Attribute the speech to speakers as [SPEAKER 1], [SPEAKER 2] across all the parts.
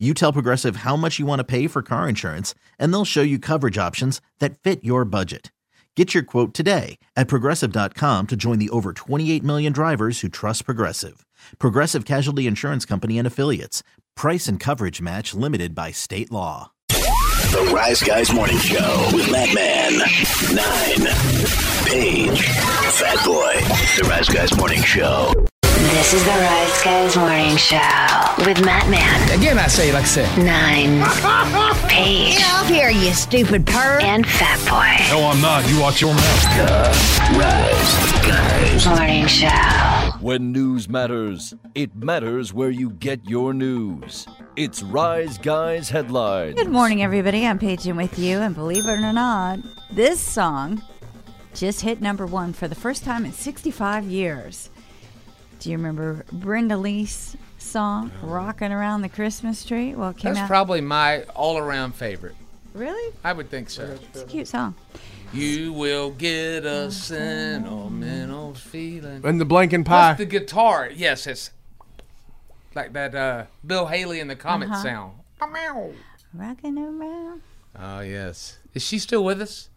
[SPEAKER 1] You tell Progressive how much you want to pay for car insurance, and they'll show you coverage options that fit your budget. Get your quote today at progressive.com to join the over 28 million drivers who trust Progressive. Progressive Casualty Insurance Company and Affiliates. Price and coverage match limited by state law.
[SPEAKER 2] The Rise Guys Morning Show with Matt Man, Nine, Page, Fat Boy. The Rise Guys Morning Show.
[SPEAKER 3] This is the Rise Guys Morning Show with Matt Man,
[SPEAKER 4] Again, I say, like I said.
[SPEAKER 3] Nine, Paige,
[SPEAKER 5] Get off here, you stupid perv.
[SPEAKER 3] and Fat Boy.
[SPEAKER 6] No, I'm not. You watch your mouth.
[SPEAKER 3] Morning Show.
[SPEAKER 7] When news matters, it matters where you get your news. It's Rise Guys Headlines.
[SPEAKER 8] Good morning, everybody. I'm Paige in with you, and believe it or not, this song just hit number one for the first time in 65 years. Do you remember Brenda Lee's song "Rocking Around the Christmas Tree"? Well, it came
[SPEAKER 4] That's
[SPEAKER 8] out
[SPEAKER 4] probably my all around favorite.
[SPEAKER 8] really.
[SPEAKER 4] I would think so.
[SPEAKER 8] It's a cute song.
[SPEAKER 4] You will get a sentimental feeling.
[SPEAKER 9] and the blanking pie.
[SPEAKER 4] Plus the guitar. Yes, it's like that uh, Bill Haley and the Comet
[SPEAKER 8] Uh-huh.
[SPEAKER 4] sound.
[SPEAKER 8] Rocking around.
[SPEAKER 4] Oh, yes. Is she still with us?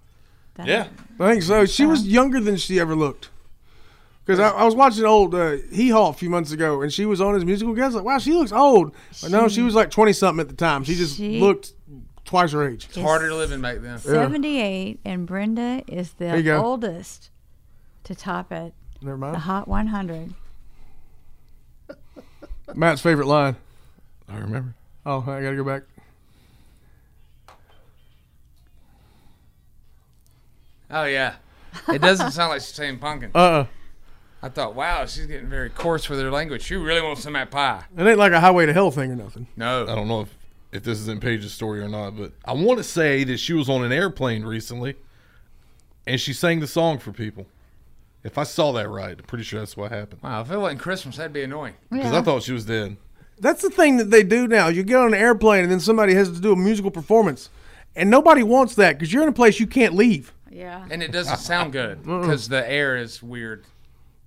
[SPEAKER 8] That
[SPEAKER 9] I think so. She was younger than she ever looked. Because I, I was watching old uh, Hee Haw a few months ago, and she was on his musical guest. Like, wow, she looks old. But no, she was like twenty something at the time. She just
[SPEAKER 8] She-
[SPEAKER 9] looked twice her age.
[SPEAKER 8] is
[SPEAKER 4] Harder living back then.
[SPEAKER 8] 78, and Brenda is
[SPEAKER 9] you
[SPEAKER 8] the
[SPEAKER 9] go.
[SPEAKER 8] oldest to top it.
[SPEAKER 9] Never
[SPEAKER 8] The
[SPEAKER 9] mind.
[SPEAKER 8] Hot 100.
[SPEAKER 9] Matt's favorite line.
[SPEAKER 6] I remember.
[SPEAKER 9] Oh, I gotta go back.
[SPEAKER 4] Oh, yeah. It doesn't sound like she's saying pumpkin.
[SPEAKER 9] Uh, uh
[SPEAKER 4] I thought, wow, she's getting very coarse with her language. She really wants some of that pie.
[SPEAKER 9] it ain't like a highway to hell thing or nothing.
[SPEAKER 4] No.
[SPEAKER 6] I don't know if, if this is in Paige's story or not, but I want to say that she was on an airplane recently and she sang the song for people. If I saw that right, I'm pretty sure that's what happened.
[SPEAKER 4] Wow, if it wasn't Christmas, that'd be annoying.
[SPEAKER 6] Because I thought she was dead.
[SPEAKER 9] That's the thing that they do now. You get on an airplane, and then somebody has to do a musical performance, and nobody wants that because you're in a place you can't leave.
[SPEAKER 8] Yeah.
[SPEAKER 4] And it doesn't sound good because the air is weird.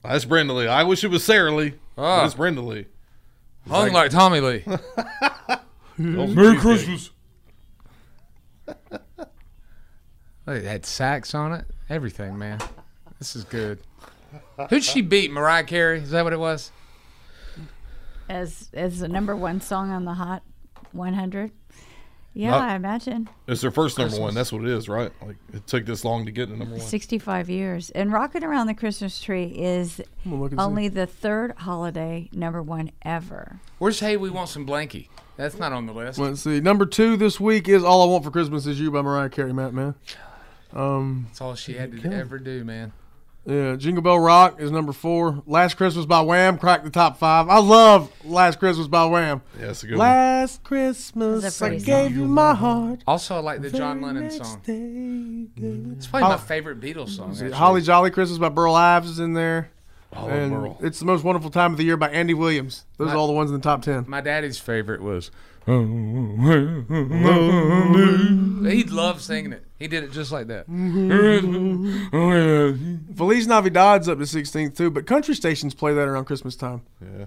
[SPEAKER 6] That's Brenda Lee. I wish it was Sarah Lee.
[SPEAKER 4] Ah.
[SPEAKER 6] But it's Brenda Lee.
[SPEAKER 4] Hung like Tommy Lee.
[SPEAKER 6] Merry Christmas.
[SPEAKER 4] It had sax on it. Everything, man. This is good. Who'd she beat? Mariah Carey? Is that what it was?
[SPEAKER 8] As, as the number one song on the Hot 100. Yeah,
[SPEAKER 6] Not-
[SPEAKER 8] I imagine.
[SPEAKER 6] It's her first number one. That's what it is, right? Like it took this long to get to number one.
[SPEAKER 8] 65 years. And Rockin' Around the Christmas Tree is
[SPEAKER 9] look and see.
[SPEAKER 8] only the third holiday number one ever.
[SPEAKER 4] Where's Hey We Want Some Blanky? That's not on the list.
[SPEAKER 9] Let's see. Number two this week is "All I Want for Christmas Is You" by Mariah Carey. Matt, man. Um,
[SPEAKER 4] That's all she had to ever do, man.
[SPEAKER 9] Yeah, Jingle Bell Rock is number four. Last Christmas by Wham cracked the top five. I love Last Christmas by Wham.
[SPEAKER 6] Yeah, that's a good one.
[SPEAKER 9] Last Christmas
[SPEAKER 8] That's a
[SPEAKER 9] I
[SPEAKER 8] pretty
[SPEAKER 9] gave you my heart.
[SPEAKER 4] Also, I like the John Lennon
[SPEAKER 9] Next
[SPEAKER 4] song.
[SPEAKER 9] day-
[SPEAKER 4] It's probably my favorite Beatles song. actually.
[SPEAKER 9] Holly Jolly Christmas by Burl Ives is in there.
[SPEAKER 6] Oh,
[SPEAKER 9] and
[SPEAKER 6] Merle.
[SPEAKER 9] It's the Most Wonderful Time of the Year by Andy Williams. Those are all the ones in the top ten.
[SPEAKER 4] My daddy's favorite was. He loved singing it. He did it just like that.
[SPEAKER 9] Mm-hmm.
[SPEAKER 4] Mm-hmm.
[SPEAKER 6] Oh,
[SPEAKER 9] Feliz Navidad's up to 16th too, but country stations play that around Christmas time.
[SPEAKER 6] Yeah.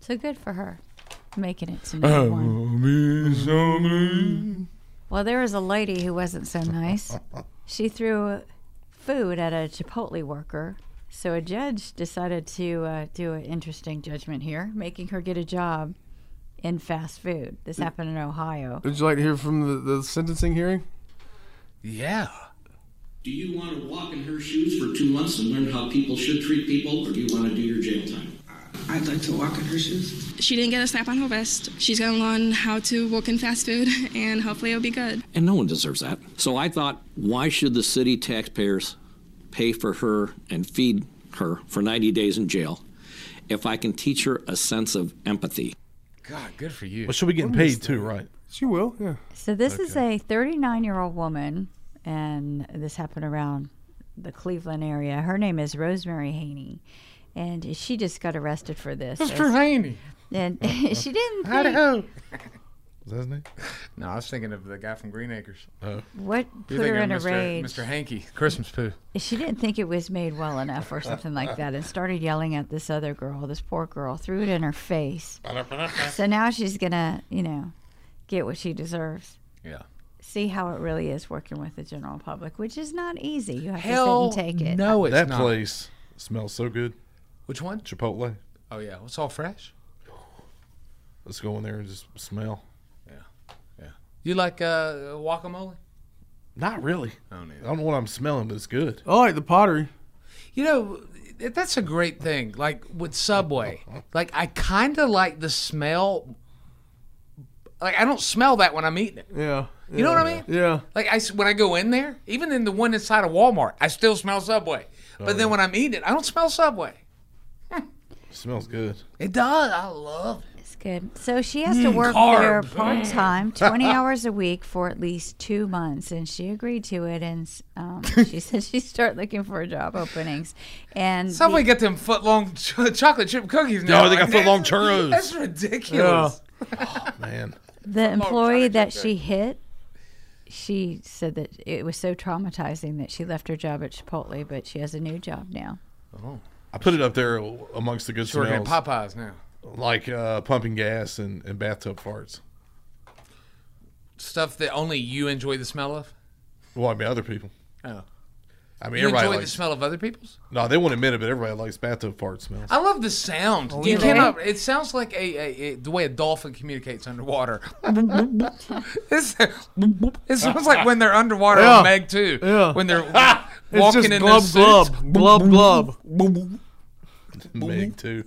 [SPEAKER 8] So good for her making it to number one. Well, there was a lady who wasn't so nice. She threw food at a Chipotle worker. So a judge decided to uh, do an interesting judgment here, making her get a job in fast food. This happened in
[SPEAKER 4] Oh.
[SPEAKER 8] Ohio.
[SPEAKER 9] Would you like to hear from the, the sentencing hearing?
[SPEAKER 4] Yeah.
[SPEAKER 10] Do you want to walk in her shoes for two months and learn how people should treat people, or do you want to do your jail time?
[SPEAKER 5] I'd like to walk in her shoes.
[SPEAKER 10] She didn't get a slap on her wrist. She's going to learn how to work in fast food, and hopefully it'll be good. And no one deserves that. So I thought, why should the city taxpayers pay for her and feed her for 90 days in jail if I can teach her a sense of empathy?
[SPEAKER 4] God, good for you.
[SPEAKER 6] But she'll be getting paid too, right?
[SPEAKER 9] She will, yeah.
[SPEAKER 8] So this is a 39 year old woman, and this happened around the Cleveland area. Her name is Rosemary Haney, and she just got arrested for this.
[SPEAKER 4] Mr. Haney.
[SPEAKER 8] And she didn't.
[SPEAKER 4] Idaho.
[SPEAKER 8] think-
[SPEAKER 6] Is that his name?
[SPEAKER 4] No, I was thinking of the guy from Green Acres.
[SPEAKER 6] Oh.
[SPEAKER 8] What put
[SPEAKER 4] thinking
[SPEAKER 8] her
[SPEAKER 4] of
[SPEAKER 8] in a
[SPEAKER 4] Mr.
[SPEAKER 8] rage?
[SPEAKER 4] Mr. Hanky, Christmas poo.
[SPEAKER 8] She didn't think it was made well enough or something like that and started yelling at this other girl, this poor girl, threw it in her face. So now she's going to, you know, get what she deserves.
[SPEAKER 4] Yeah.
[SPEAKER 8] See how it really is working with the general public, which is not easy. You have
[SPEAKER 4] Hell
[SPEAKER 8] to sit and take it.
[SPEAKER 4] no, it's
[SPEAKER 6] that
[SPEAKER 4] not.
[SPEAKER 6] place smells so good.
[SPEAKER 4] Which one?
[SPEAKER 6] Chipotle.
[SPEAKER 4] Oh yeah, it's all fresh.
[SPEAKER 6] Let's go in there and just smell.
[SPEAKER 4] You like uh, guacamole?
[SPEAKER 6] Not really. I don't, know what I'm smelling, but it's good.
[SPEAKER 9] I like the pottery.
[SPEAKER 4] You know, th- that's a great thing. Like with Subway, like I kind of like the smell. Like I don't smell that when I'm eating it.
[SPEAKER 9] Yeah.
[SPEAKER 4] You know what I mean?
[SPEAKER 9] Yeah.
[SPEAKER 4] Like I s- when I go in there, even in the one inside of Walmart, I still smell Subway. But then when I'm eating it, I don't smell Subway.
[SPEAKER 6] It smells good.
[SPEAKER 4] It does. I love it.
[SPEAKER 8] It's good. So she has to
[SPEAKER 4] Mm,
[SPEAKER 8] work there
[SPEAKER 4] carbs.
[SPEAKER 8] part time, 20 hours a week for at least two months. And she agreed to it. And um, she said she'd start looking for job openings. And
[SPEAKER 4] Subway
[SPEAKER 8] the-
[SPEAKER 4] got them foot long ch- chocolate chip cookies now.
[SPEAKER 6] No, they got
[SPEAKER 4] Like,
[SPEAKER 6] footlong
[SPEAKER 4] that's-
[SPEAKER 6] churros. Oh,
[SPEAKER 4] That's ridiculous.
[SPEAKER 6] Man.
[SPEAKER 8] The employee that she hit, she said that it was so traumatizing that she left her job at Chipotle, but she has a new job now.
[SPEAKER 4] Oh.
[SPEAKER 6] I put it up there amongst the good
[SPEAKER 4] She's working at
[SPEAKER 6] smells.
[SPEAKER 4] Popeyes now.
[SPEAKER 6] Like uh, pumping gas and, and bathtub farts.
[SPEAKER 4] Stuff that only you enjoy the smell of.
[SPEAKER 6] Well, I mean, other people.
[SPEAKER 4] Oh.
[SPEAKER 6] I mean,
[SPEAKER 4] you
[SPEAKER 6] everybody
[SPEAKER 4] enjoy the
[SPEAKER 6] likes-
[SPEAKER 4] smell of other people's?
[SPEAKER 6] No, they won't admit it, but everybody likes bathtub fart smells.
[SPEAKER 4] I love the sound.
[SPEAKER 6] Oh,
[SPEAKER 4] you
[SPEAKER 6] yeah.
[SPEAKER 4] cannot. It sounds like a, a, a the way a dolphin communicates underwater. it's, it sounds like when they're underwater
[SPEAKER 9] Yeah.
[SPEAKER 4] on Meg too.
[SPEAKER 9] Yeah.
[SPEAKER 4] When they're
[SPEAKER 9] It's
[SPEAKER 4] walking
[SPEAKER 9] just
[SPEAKER 4] in
[SPEAKER 9] glub,
[SPEAKER 4] those
[SPEAKER 9] glub,
[SPEAKER 4] suits.
[SPEAKER 9] glub, glub.
[SPEAKER 6] Meg, too.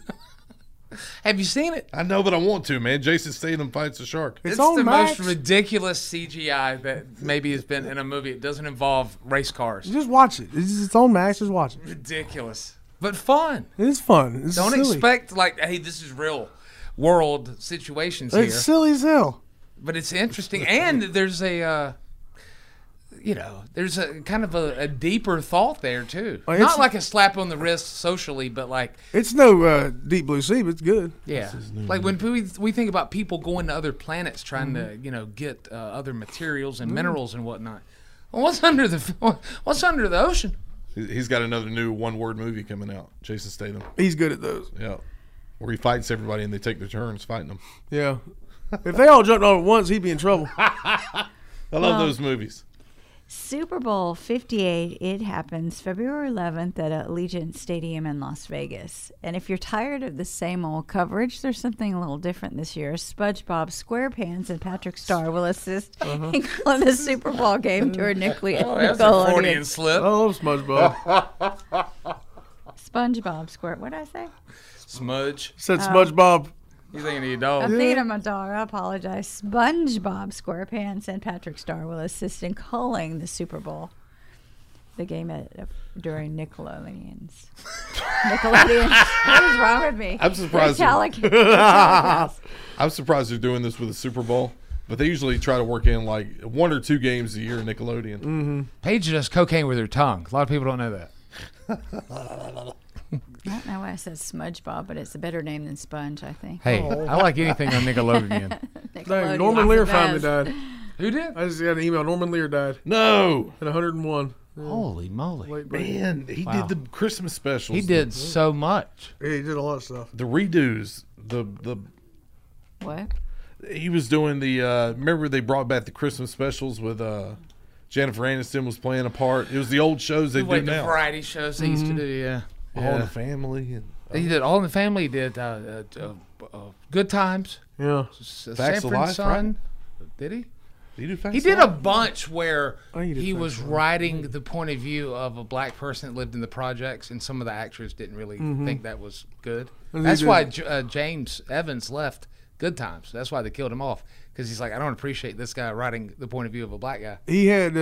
[SPEAKER 4] Have you seen it?
[SPEAKER 6] I know, but I want to, man. Jason Statham fights a shark.
[SPEAKER 4] It's, the most ridiculous CGI that maybe has been in a movie. It doesn't involve race cars.
[SPEAKER 9] Just watch it. It's just its own max. Just watch it.
[SPEAKER 4] Ridiculous, but fun.
[SPEAKER 9] It is fun. It's
[SPEAKER 4] Don't
[SPEAKER 9] silly.
[SPEAKER 4] expect like, hey, this is real world situations
[SPEAKER 9] It's
[SPEAKER 4] here.
[SPEAKER 9] silly as hell.
[SPEAKER 4] but it's interesting and there's a uh, you know there's a kind of a, a deeper thought there too
[SPEAKER 9] Oh, it's-
[SPEAKER 4] not like a slap on the wrist socially but like
[SPEAKER 9] It's no uh, deep blue sea, but it's good.
[SPEAKER 4] yeah like when we, we think about people going to other planets trying to
[SPEAKER 9] Mm-hmm.
[SPEAKER 4] you know get uh, other materials and
[SPEAKER 9] Mhm.
[SPEAKER 4] minerals and whatnot well, what's under the what's under the ocean
[SPEAKER 6] He- He's got another new one word movie coming out, Jason Statham.
[SPEAKER 9] He's good at those.
[SPEAKER 6] Yeah. Where he fights everybody and they take their turns fighting them.
[SPEAKER 9] Yeah. if they all jumped on at once, he'd be in trouble.
[SPEAKER 6] I love
[SPEAKER 8] Well-
[SPEAKER 6] those movies.
[SPEAKER 8] Super Bowl 58, it happens February 11th at Allegiant Stadium in Las Vegas. And if you're tired of the same old coverage, there's something a little different this year. SpongeBob SquarePants and Patrick Starr will assist in calling the Super Bowl game to a nuclear
[SPEAKER 4] Mm-hmm. oh that's a Freudian
[SPEAKER 8] Nickelodeon.
[SPEAKER 4] slip
[SPEAKER 9] I love SpongeBob.
[SPEAKER 8] SpongeBob Square. What did I say?
[SPEAKER 4] smudge
[SPEAKER 9] Said
[SPEAKER 8] Oh.
[SPEAKER 9] SpongeBob.
[SPEAKER 4] you thinking of your
[SPEAKER 8] I'm
[SPEAKER 4] dog
[SPEAKER 8] thinking of my dog. I apologize. SpongeBob SquarePants and Patrick Starr will assist in calling the Super Bowl, the game at, during Nickelodeon's. Nickelodeon's. what is wrong with me?
[SPEAKER 6] I'm surprised.
[SPEAKER 8] Metallic-
[SPEAKER 6] I'm surprised they're doing this with the Super Bowl, but they usually try to work in like one or two games a year. Nickelodeon.
[SPEAKER 4] mm-hmm. paige does cocaine with her tongue a lot of people don't know that
[SPEAKER 8] I don't know why I said SmudgeBob, but it's a better name than Sponge, I think.
[SPEAKER 4] hey i like anything on nickelodeon
[SPEAKER 9] Dang,
[SPEAKER 8] Nickelodeon's
[SPEAKER 9] Norman
[SPEAKER 8] the
[SPEAKER 9] Lear
[SPEAKER 8] best.
[SPEAKER 9] finally died.
[SPEAKER 4] Who did?
[SPEAKER 9] I just got an email. Norman Lear died.
[SPEAKER 6] No.
[SPEAKER 9] At 101. Yeah.
[SPEAKER 4] holy moly
[SPEAKER 9] Late break.
[SPEAKER 6] Man, he
[SPEAKER 4] Wow.
[SPEAKER 6] did the Christmas specials.
[SPEAKER 4] he did so much
[SPEAKER 9] Yeah, he did a lot of stuff.
[SPEAKER 6] the redos. The the
[SPEAKER 8] What?
[SPEAKER 6] he was doing the. Uh, remember they brought back the Christmas specials with uh, Jennifer Aniston was playing a part. It was the old shows they
[SPEAKER 4] Wait,
[SPEAKER 6] do
[SPEAKER 4] the
[SPEAKER 6] now.
[SPEAKER 4] variety shows they used to do, yeah.
[SPEAKER 6] All in the Family. And,
[SPEAKER 4] He did All in the Family. He did uh, uh, uh, uh, Good Times.
[SPEAKER 9] Yeah.
[SPEAKER 4] S-
[SPEAKER 6] Facts of
[SPEAKER 4] Sanford
[SPEAKER 6] Life,
[SPEAKER 4] Son. Did he?
[SPEAKER 6] He did,
[SPEAKER 4] He did a bunch where
[SPEAKER 9] he did
[SPEAKER 4] he was
[SPEAKER 9] Facts of
[SPEAKER 4] writing the point of view of a black person that lived in the projects, and some of the actors didn't really
[SPEAKER 9] Mhm.
[SPEAKER 4] think that was good.
[SPEAKER 9] And he
[SPEAKER 4] That's why
[SPEAKER 9] did-
[SPEAKER 4] J- uh, James Evans left Good Times. That's why they killed him off because he's like, I don't appreciate this guy writing the point of view of a black guy.
[SPEAKER 9] He had.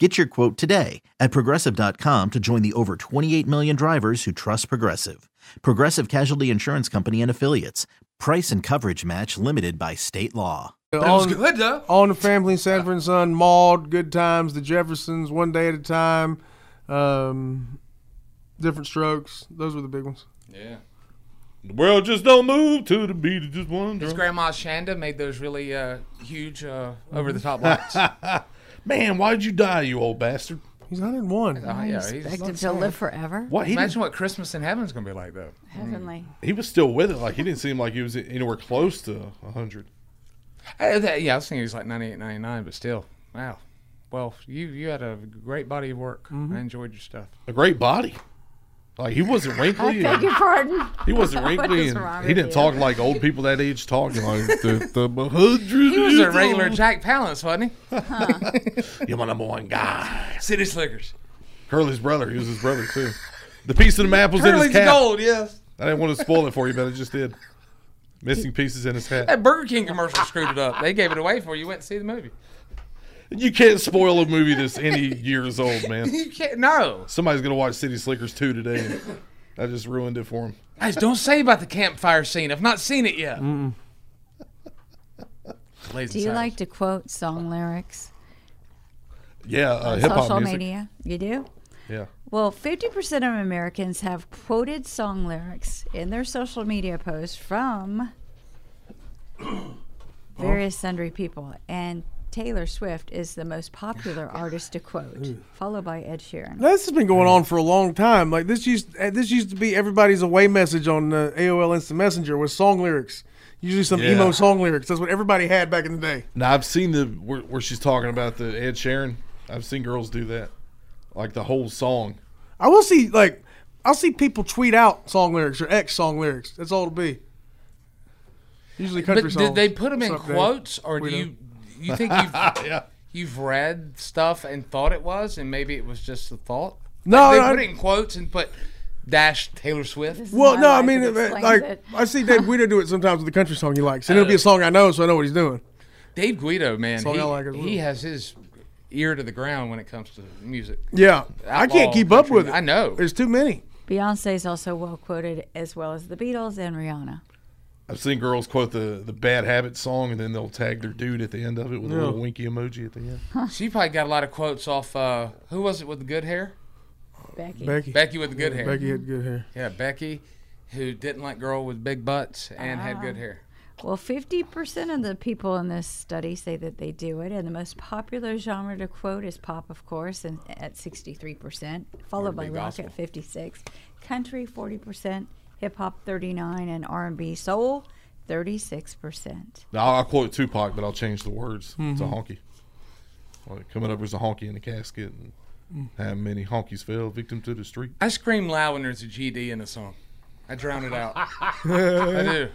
[SPEAKER 1] Get your quote today at progressive.com to join the over 28 million drivers who trust Progressive. Progressive Casualty Insurance Company and Affiliates. Price and coverage match limited by state law.
[SPEAKER 9] All, good, though. All in the family, Sanford and Son, Maud, Good Times, The Jeffersons, One Day at a Time, um, Different Strokes. Those were the big ones.
[SPEAKER 4] Yeah.
[SPEAKER 6] The world just don't move to the beat of just one
[SPEAKER 4] His
[SPEAKER 6] drum.
[SPEAKER 4] grandma Shanda made those really uh, huge uh,
[SPEAKER 6] Mm-hmm.
[SPEAKER 4] over the top lights.
[SPEAKER 6] Man, why'd you die, you old bastard?
[SPEAKER 9] He's 101.
[SPEAKER 4] Oh, yeah, he's-
[SPEAKER 8] expected to live forever.
[SPEAKER 6] What? He
[SPEAKER 4] Imagine what Christmas in heaven's going to be like, though.
[SPEAKER 8] Heavenly.
[SPEAKER 6] He was still with it. Like he didn't seem like he was anywhere close to hundred.
[SPEAKER 4] Uh, that- yeah, I was thinking he was like 98, 99, but still. Wow. Well, you you had a great body of work.
[SPEAKER 8] Mm-hmm.
[SPEAKER 4] I enjoyed your stuff.
[SPEAKER 6] A great body. Like he wasn't
[SPEAKER 8] I
[SPEAKER 6] wrinkly.
[SPEAKER 8] beg your
[SPEAKER 6] and-
[SPEAKER 8] pardon.
[SPEAKER 6] He wasn't
[SPEAKER 8] What
[SPEAKER 6] wrinkly,
[SPEAKER 8] is
[SPEAKER 6] and
[SPEAKER 8] wrong
[SPEAKER 6] he
[SPEAKER 8] with
[SPEAKER 6] didn't
[SPEAKER 8] you?
[SPEAKER 6] talk like old people that age talk. Like the, the hundred.
[SPEAKER 4] He was a
[SPEAKER 6] years
[SPEAKER 4] regular
[SPEAKER 6] old.
[SPEAKER 4] Jack Palance, wasn't he?
[SPEAKER 6] You're my number one guy.
[SPEAKER 4] City Slickers.
[SPEAKER 6] Curly's brother. He was his brother too. The piece of the map was in
[SPEAKER 4] Curly's
[SPEAKER 6] his cap.
[SPEAKER 4] gold, yes.
[SPEAKER 6] I didn't want to spoil it for you, but I just did. Missing pieces in his hat.
[SPEAKER 4] That Burger King commercial screwed it up. They gave it away for you. You went to see the movie.
[SPEAKER 6] You can't spoil a movie that's any years old, man.
[SPEAKER 4] You can't. No.
[SPEAKER 6] Somebody's gonna watch City Slickers two today. And I just ruined it for him.
[SPEAKER 4] Guys, don't say about the campfire scene. I've not seen it yet. Ladies
[SPEAKER 8] Do
[SPEAKER 4] and
[SPEAKER 8] you
[SPEAKER 4] gentlemen.
[SPEAKER 8] like to quote song lyrics
[SPEAKER 6] Yeah, uh,
[SPEAKER 8] on
[SPEAKER 6] hip hop
[SPEAKER 8] social
[SPEAKER 6] music.
[SPEAKER 8] media? You do?
[SPEAKER 6] Yeah.
[SPEAKER 8] Well, 50% of Americans have quoted song lyrics in their social media posts from various sundry people. And Taylor Swift is the most popular artist to quote, followed by Ed Sheeran.
[SPEAKER 9] This has been going on for a long time. Like this used uh, this used to be everybody's away message on uh, AOL Instant Messenger with song lyrics. Usually some
[SPEAKER 6] Yeah.
[SPEAKER 9] emo song lyrics. That's what everybody had back in the day.
[SPEAKER 6] Now I've seen the where, where she's talking about the Ed Sheeran. I've seen girls do that, like the whole song.
[SPEAKER 9] I will see like I'll see people tweet out song lyrics or X song lyrics. That's all it'll be. Usually country
[SPEAKER 4] but
[SPEAKER 9] songs.
[SPEAKER 4] did they put them in
[SPEAKER 9] What's up, Dave?
[SPEAKER 4] quotes, or do
[SPEAKER 9] We
[SPEAKER 4] you
[SPEAKER 9] know.
[SPEAKER 4] you think you've you've read stuff and thought it was, and maybe it was just a thought?
[SPEAKER 9] No,
[SPEAKER 4] Like, they
[SPEAKER 9] no,
[SPEAKER 4] put
[SPEAKER 9] I-
[SPEAKER 4] it in quotes and put dash Taylor Swift.
[SPEAKER 9] Well, no, I mean, uh, like I see Dave Guido do it sometimes with a country song he likes, and
[SPEAKER 4] Uh,
[SPEAKER 9] it'll be a song I know, so I know what he's doing.
[SPEAKER 4] Dave Guido, man,
[SPEAKER 9] Song
[SPEAKER 4] he,
[SPEAKER 9] I like as well.
[SPEAKER 4] he has his ear to the ground when it comes to music.
[SPEAKER 9] Yeah, I can't
[SPEAKER 4] Outlaw
[SPEAKER 9] keep up
[SPEAKER 4] country.
[SPEAKER 9] with it.
[SPEAKER 4] I know.
[SPEAKER 9] there's too many.
[SPEAKER 8] Beyonce is also well quoted, as well as the Beatles and Rihanna.
[SPEAKER 6] I've seen girls quote the the Bad Habit song, and then they'll tag their dude at the end of it with a
[SPEAKER 4] Yeah.
[SPEAKER 6] little winky emoji at the end.
[SPEAKER 4] She probably got a lot of quotes off. Uh, who was it with the good hair?
[SPEAKER 8] Becky.
[SPEAKER 9] Becky.
[SPEAKER 4] Becky with the good
[SPEAKER 9] Yeah,
[SPEAKER 4] hair.
[SPEAKER 9] Becky had good hair.
[SPEAKER 4] Yeah, Becky, who didn't like girl with big butts and had good hair.
[SPEAKER 8] Well, 50% of the people in this study say that they do it, and the most popular genre to quote is pop, of course, and at 63%, followed
[SPEAKER 11] Would be
[SPEAKER 8] by rock
[SPEAKER 11] gospel.
[SPEAKER 8] at 56, country 40%, hip hop 39, and R&B soul 36%.
[SPEAKER 6] Now I'll, I'll quote Tupac, but I'll change the words to
[SPEAKER 9] Mm-hmm.
[SPEAKER 8] Mhm.
[SPEAKER 6] honky. Like, coming up as a honky in a casket, and
[SPEAKER 4] Mm.
[SPEAKER 6] how many honkies fell victim to the street.
[SPEAKER 4] I scream loud when there's a GD in a song. I drown it out. I do.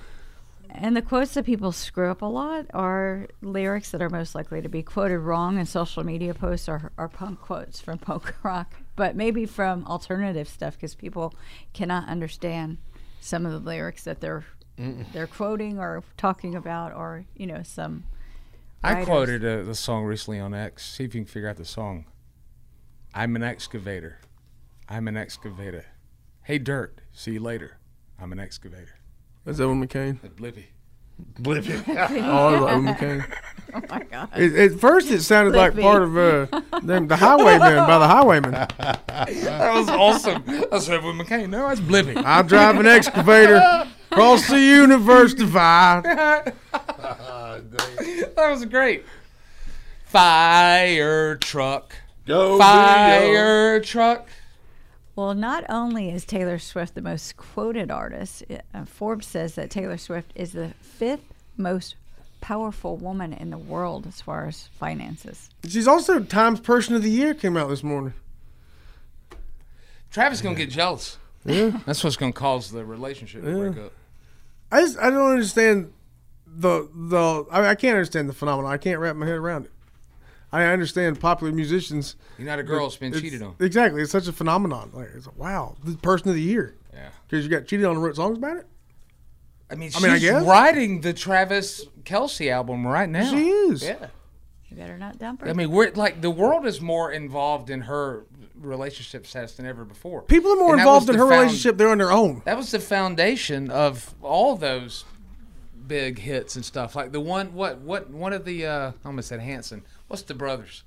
[SPEAKER 8] And the quotes that people screw up a lot are lyrics that are most likely to be quoted wrong in social media posts or, or punk quotes from punk rock, but maybe from alternative stuff because people cannot understand some of the lyrics that they're
[SPEAKER 4] Mm-mm.
[SPEAKER 8] they're quoting or talking about, or you know some.
[SPEAKER 4] I
[SPEAKER 8] writers.
[SPEAKER 4] quoted uh, the song recently on X. See if you can figure out the song. I'm an excavator. I'm an excavator. Hey, dirt. See you later. I'm an excavator.
[SPEAKER 9] That's Owen McCain.
[SPEAKER 4] Blivy.
[SPEAKER 9] Blivy. oh, I love Owen McCain.
[SPEAKER 8] Oh my God.
[SPEAKER 9] It, at first, it sounded like
[SPEAKER 4] Blippi.
[SPEAKER 9] part of uh, them, the Highwaymen by the Highwaymen.
[SPEAKER 4] that was awesome. That's Edwin McCain. No, that's Blivy.
[SPEAKER 9] I drive an excavator across the universe divide.
[SPEAKER 4] that was great. Fire truck. Oh,
[SPEAKER 6] Go
[SPEAKER 4] Fire truck.
[SPEAKER 8] Well, not only is Taylor Swift the most quoted artist, i- uh, Forbes says that Taylor Swift is the fifth most powerful woman in the world as far as finances.
[SPEAKER 9] She's also Times Person of the Year came out this morning.
[SPEAKER 4] Travis gonna get jealous.
[SPEAKER 9] Yeah.
[SPEAKER 4] That's what's gonna cause the relationship to break up.
[SPEAKER 9] I just I don't understand the the I, I can't understand the phenomenon. I can't wrap my head around it. I understand popular musicians.
[SPEAKER 4] You're not a girl,
[SPEAKER 9] but
[SPEAKER 4] it's been cheated on.
[SPEAKER 9] Exactly, it's such a phenomenon. Like, it's like, wow, the person of the year.
[SPEAKER 4] Yeah.
[SPEAKER 9] because you got cheated on and wrote songs about it.
[SPEAKER 4] I mean,
[SPEAKER 9] I
[SPEAKER 4] she's
[SPEAKER 9] mean, I guess.
[SPEAKER 4] writing the Travis Kelsey album right now.
[SPEAKER 9] She is.
[SPEAKER 4] Yeah.
[SPEAKER 8] You better not dump her.
[SPEAKER 4] I mean, we're like the world is more involved in her relationship status than ever before.
[SPEAKER 9] People are more
[SPEAKER 4] And that
[SPEAKER 9] involved
[SPEAKER 4] was
[SPEAKER 9] in
[SPEAKER 4] the
[SPEAKER 9] her
[SPEAKER 4] found-
[SPEAKER 9] relationship; they're on their own.
[SPEAKER 4] That was the foundation of all those big hits and stuff. Like the one, what, what, one of the, uh, I almost said Hanson. What's the brothers?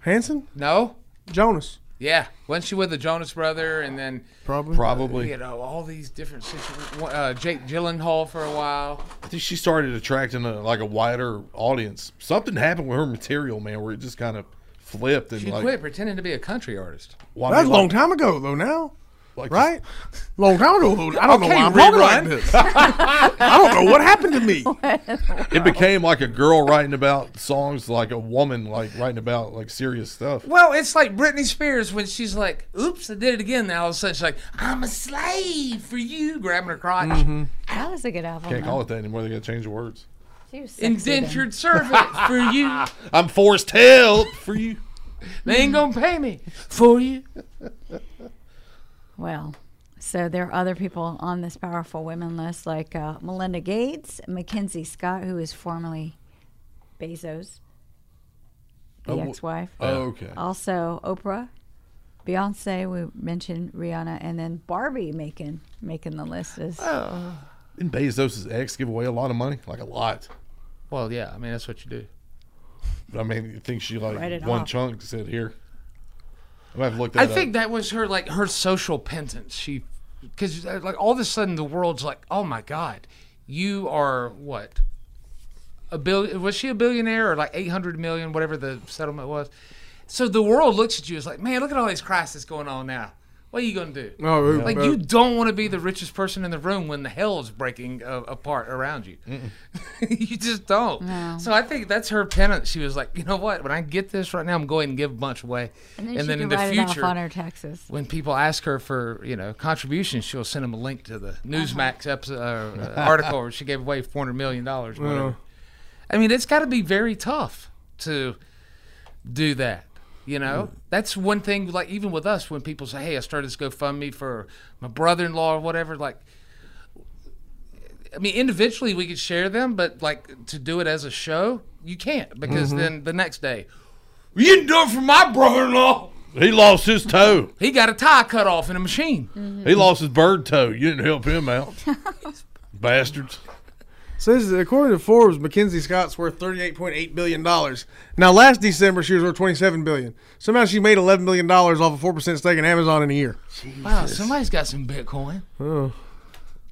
[SPEAKER 9] Hanson,
[SPEAKER 4] No,
[SPEAKER 9] Jonas,
[SPEAKER 4] Yeah, wasn't she with the Jonas brother, and then
[SPEAKER 9] Probably.
[SPEAKER 6] Probably.
[SPEAKER 4] you know all these different situations. Uh, Jake Gyllenhaal for a while.
[SPEAKER 6] I think she started attracting a, like a wider audience. Something happened with her material, man, where it just kind of flipped and
[SPEAKER 4] She
[SPEAKER 6] like
[SPEAKER 4] quit pretending to be a country artist.
[SPEAKER 6] Well, I
[SPEAKER 9] that's
[SPEAKER 6] mean,
[SPEAKER 9] a
[SPEAKER 6] like-
[SPEAKER 9] long time ago though. Now,
[SPEAKER 6] Like
[SPEAKER 9] right? Long time ago. Though. I don't know
[SPEAKER 6] Okay,
[SPEAKER 9] why I'm
[SPEAKER 6] run,
[SPEAKER 9] reading like
[SPEAKER 6] run.
[SPEAKER 9] this. I don't know what happened to me.
[SPEAKER 6] it became like a girl writing about songs, like a woman like writing about like serious stuff.
[SPEAKER 4] Well, it's like Britney Spears when she's like, "Oops, I did it again." Now all of a sudden she's like, "I'm a slave for you," grabbing her crotch.
[SPEAKER 8] That was a good
[SPEAKER 4] Oh,
[SPEAKER 8] album.
[SPEAKER 6] Can't
[SPEAKER 8] though.
[SPEAKER 6] call it that anymore. They got to change the words.
[SPEAKER 8] She was sexy then.
[SPEAKER 4] Indentured servant for you.
[SPEAKER 6] I'm forced help for you.
[SPEAKER 4] They ain't gonna pay me for you.
[SPEAKER 8] Well, so there are other people on this powerful women list, like uh, Melinda Gates, Mackenzie Scott, who is formerly Bezos, the
[SPEAKER 6] Oh, wh-
[SPEAKER 8] ex-wife.
[SPEAKER 6] oh, okay.
[SPEAKER 8] Also, Oprah, Beyonce. We mentioned Rihanna, and then Barbie making making the list is.
[SPEAKER 4] Oh.
[SPEAKER 6] Didn't Bezos' ex give away a lot of money? Like a lot.
[SPEAKER 4] Well, yeah, I mean that's what you do.
[SPEAKER 6] But I mean, you think she
[SPEAKER 4] Write it
[SPEAKER 6] like one
[SPEAKER 4] off.
[SPEAKER 6] chunk said here. I'm gonna have to look that
[SPEAKER 4] I
[SPEAKER 6] up.
[SPEAKER 4] think that was her like her social penance. She, because like all of a sudden the world's like, oh my god, you are what? A billion? Was she a billionaire or like eight hundred million? Whatever the settlement was. So the world looks at you as like, man, look at all these crises going on now. What are you gonna do?
[SPEAKER 9] No, it-
[SPEAKER 4] like
[SPEAKER 9] but-
[SPEAKER 4] you don't want to be the richest person in the room when the hell is breaking uh, apart around you. you just don't.
[SPEAKER 8] No.
[SPEAKER 4] So I think that's her penance. She was like, you know what? When I get this right now, I'm going and give a bunch away,
[SPEAKER 8] And then she can write it off on her taxes.
[SPEAKER 4] when people ask her for you know contributions, she'll send them a link to the
[SPEAKER 8] Uh-huh.
[SPEAKER 4] Newsmax episode, uh, uh, article where she gave away four hundred million dollars.
[SPEAKER 9] Yeah.
[SPEAKER 4] I mean, it's got to be very tough to do that. You know, that's one thing. Like even with us, when people say, "Hey, I started this GoFundMe for my brother-in-law or whatever," like. I mean, individually we could share them, but like to do it as a show, you can't because
[SPEAKER 6] Mhm.
[SPEAKER 4] then the next day, you didn't do it for my brother-in-law.
[SPEAKER 6] he lost his toe. Mm-hmm.
[SPEAKER 4] He got a tie cut off in a machine.
[SPEAKER 6] He lost his bird toe. You didn't help him out, bastards.
[SPEAKER 9] So this is according to Forbes, Mackenzie Scott's worth thirty-eight point eight billion dollars. Now, last December she was worth twenty-seven billion. Somehow she made eleven million dollars off a four percent stake in Amazon in a year.
[SPEAKER 4] Wow, somebody's got some Bitcoin.
[SPEAKER 9] Oh.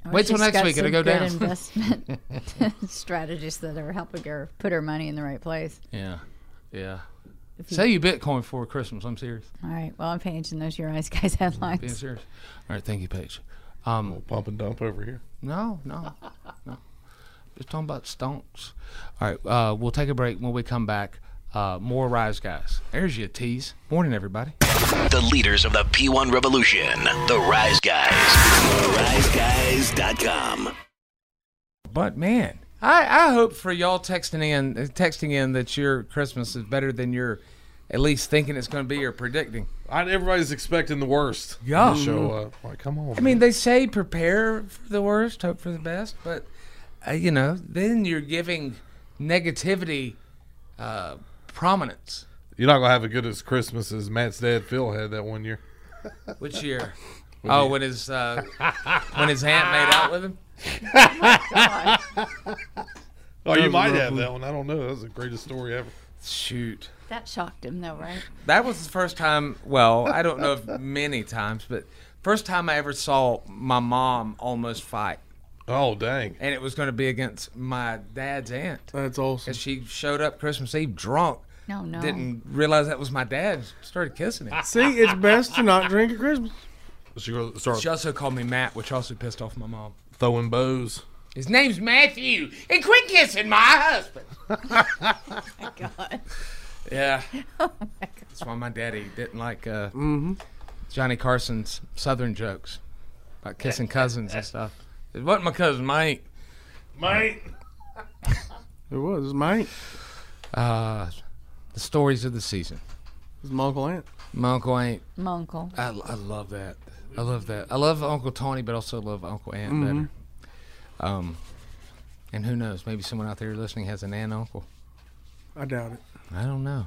[SPEAKER 4] Wait till
[SPEAKER 8] She's
[SPEAKER 4] next
[SPEAKER 8] got
[SPEAKER 4] week,
[SPEAKER 8] some
[SPEAKER 4] it'll go
[SPEAKER 8] good
[SPEAKER 4] down.
[SPEAKER 8] investment strategists that are helping her put her money in the right place.
[SPEAKER 4] Yeah, yeah.
[SPEAKER 8] If you-
[SPEAKER 4] Say you Bitcoin before Christmas. I'm serious.
[SPEAKER 8] All right. Well, I'm paging those Your Eyes Guys
[SPEAKER 4] Being
[SPEAKER 8] headlines.
[SPEAKER 4] serious. All right, thank you, Paige. Um,
[SPEAKER 6] pump and dump over here.
[SPEAKER 4] No, no, no. Just talking about stonks. All right, uh, we'll take a break. When we come back, uh, more Rise Guys. There's your tease. Morning, everybody.
[SPEAKER 2] The leaders of the P1 Revolution, the Rise Guys. RiseGuys.com.
[SPEAKER 4] But man, I, I hope for y'all texting in, texting in that your Christmas is better than you're at least thinking it's going to be or predicting.
[SPEAKER 6] I, everybody's expecting the worst. when
[SPEAKER 4] Yeah. Mm-hmm.
[SPEAKER 6] they Show up. Like, come on.
[SPEAKER 4] I mean, they say prepare for the worst, hope for the best, but uh, you know, then you're giving negativity uh, prominence.
[SPEAKER 6] You're not gonna have as good as Christmas as Matt's dad Phil had that one year.
[SPEAKER 4] Which year?
[SPEAKER 6] What
[SPEAKER 4] oh,
[SPEAKER 6] year?
[SPEAKER 4] when his uh, when his aunt made out with him.
[SPEAKER 8] Oh
[SPEAKER 6] Oh, you might have that one. I don't know. That's the greatest story ever.
[SPEAKER 4] Shoot.
[SPEAKER 8] That shocked him, though, right?
[SPEAKER 4] That was the first time. Well, I don't know if many times, but first time I ever saw my mom almost fight.
[SPEAKER 6] Oh dang!
[SPEAKER 4] And it was going to be against my dad's aunt.
[SPEAKER 9] That's awesome.
[SPEAKER 4] And she showed up Christmas Eve drunk.
[SPEAKER 8] No, no.
[SPEAKER 4] Didn't realize that was my dad. Started kissing him.
[SPEAKER 9] See, it's best to not drink at Christmas.
[SPEAKER 6] She goes, start
[SPEAKER 4] She also called me Matt, which also pissed off my mom.
[SPEAKER 6] throwing bows.
[SPEAKER 4] His name's Matthew, and quit kissing my husband. Yeah.
[SPEAKER 9] Oh
[SPEAKER 4] That's why my daddy didn't like uh,
[SPEAKER 9] Mm-hmm.
[SPEAKER 4] Johnny Carson's Southern jokes about kissing cousins and stuff. It wasn't my cousin, mate.
[SPEAKER 6] Mate.
[SPEAKER 9] It was mate.
[SPEAKER 4] Uh, the stories of the season.
[SPEAKER 9] It's my uncle aunt.
[SPEAKER 4] My uncle ain't.
[SPEAKER 8] My uncle.
[SPEAKER 4] I, I love that. I love that. I love Uncle Tony, but also love Uncle Aunt
[SPEAKER 9] Mhm.
[SPEAKER 4] better. Um, and who knows? Maybe someone out there listening has an aunt uncle.
[SPEAKER 9] I doubt it.
[SPEAKER 4] I don't know.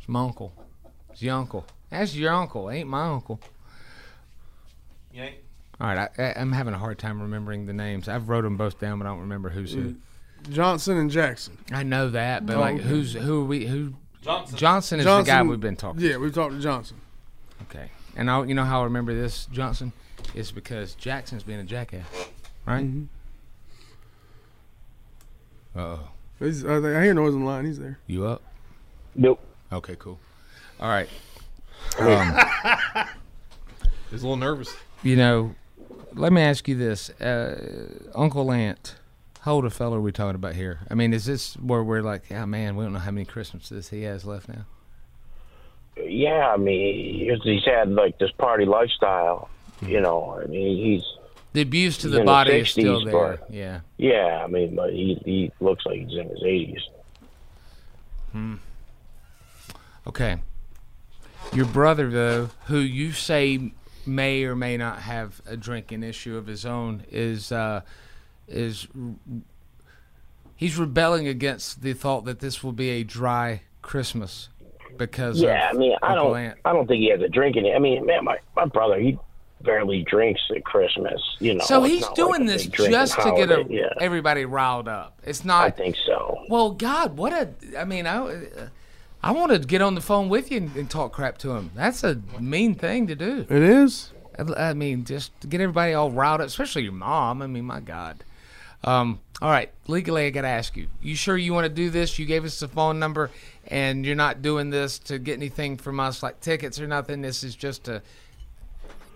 [SPEAKER 4] It's my uncle. It's your uncle. That's your uncle. Ain't my uncle. All right, I, I, I'm having a hard time remembering the names. I've wrote them both down, but I don't remember who's who.
[SPEAKER 9] Johnson and Jackson.
[SPEAKER 4] I know that, but
[SPEAKER 9] Oh,
[SPEAKER 4] like,
[SPEAKER 9] okay.
[SPEAKER 4] who's who? Are we who?
[SPEAKER 9] Johnson.
[SPEAKER 4] Johnson is the guy we've been talking.
[SPEAKER 9] Yeah, we've talked to Johnson.
[SPEAKER 4] Okay. And I, you know how I remember this Johnson is because Jackson's being a jackass, right?
[SPEAKER 9] Mm. Mm-hmm.
[SPEAKER 4] Oh,
[SPEAKER 9] He's, I, think- I hear noise on the line. He's there.
[SPEAKER 4] you up?
[SPEAKER 9] Nope.
[SPEAKER 4] Okay, cool. All right. Um,
[SPEAKER 6] He's a little nervous.
[SPEAKER 4] you know, let me ask you this, uh, Uncle Ant. How old a fella are we talking about here? I mean, is this where we're like, oh man, we don't know how many Christmases he has left now?
[SPEAKER 12] Yeah, I mean, he's, he's had like this party lifestyle, you know. I mean, he's
[SPEAKER 4] The abuse to
[SPEAKER 12] he's
[SPEAKER 4] the
[SPEAKER 12] in
[SPEAKER 4] body is
[SPEAKER 12] 60s,
[SPEAKER 4] still there.
[SPEAKER 12] but-
[SPEAKER 4] Yeah.
[SPEAKER 12] yeah. I mean, but he he looks like he's in his eighties.
[SPEAKER 4] Hmm. Okay. Your brother, though, who you say may or may not have a drinking issue of his own, is uh, is he's rebelling against the thought that this will be a dry Christmas because
[SPEAKER 12] Yeah,
[SPEAKER 4] of
[SPEAKER 12] I mean, I
[SPEAKER 4] Uncle
[SPEAKER 12] don't
[SPEAKER 4] Ant.
[SPEAKER 12] I don't think he has a drink in it. I mean, man, my my brother he barely drinks at Christmas, you know.
[SPEAKER 4] so
[SPEAKER 12] It's
[SPEAKER 4] he's
[SPEAKER 12] not
[SPEAKER 4] doing
[SPEAKER 12] like a
[SPEAKER 4] this
[SPEAKER 12] big drinking
[SPEAKER 4] just to get a,
[SPEAKER 12] holiday, yeah.
[SPEAKER 4] everybody riled up. It's not. I
[SPEAKER 12] think so.
[SPEAKER 4] Well, God, what a! I mean, I, uh, I want to get on the phone with you and, and talk crap to him. That's a mean thing to do.
[SPEAKER 9] It is.
[SPEAKER 4] I I mean, just to get everybody all riled up, especially your mom. I mean, my God. Um, all right, legally, I got to ask you. You sure you want to do this? You gave us the phone number, and you're not doing this to get anything from us, like tickets or nothing. This is just to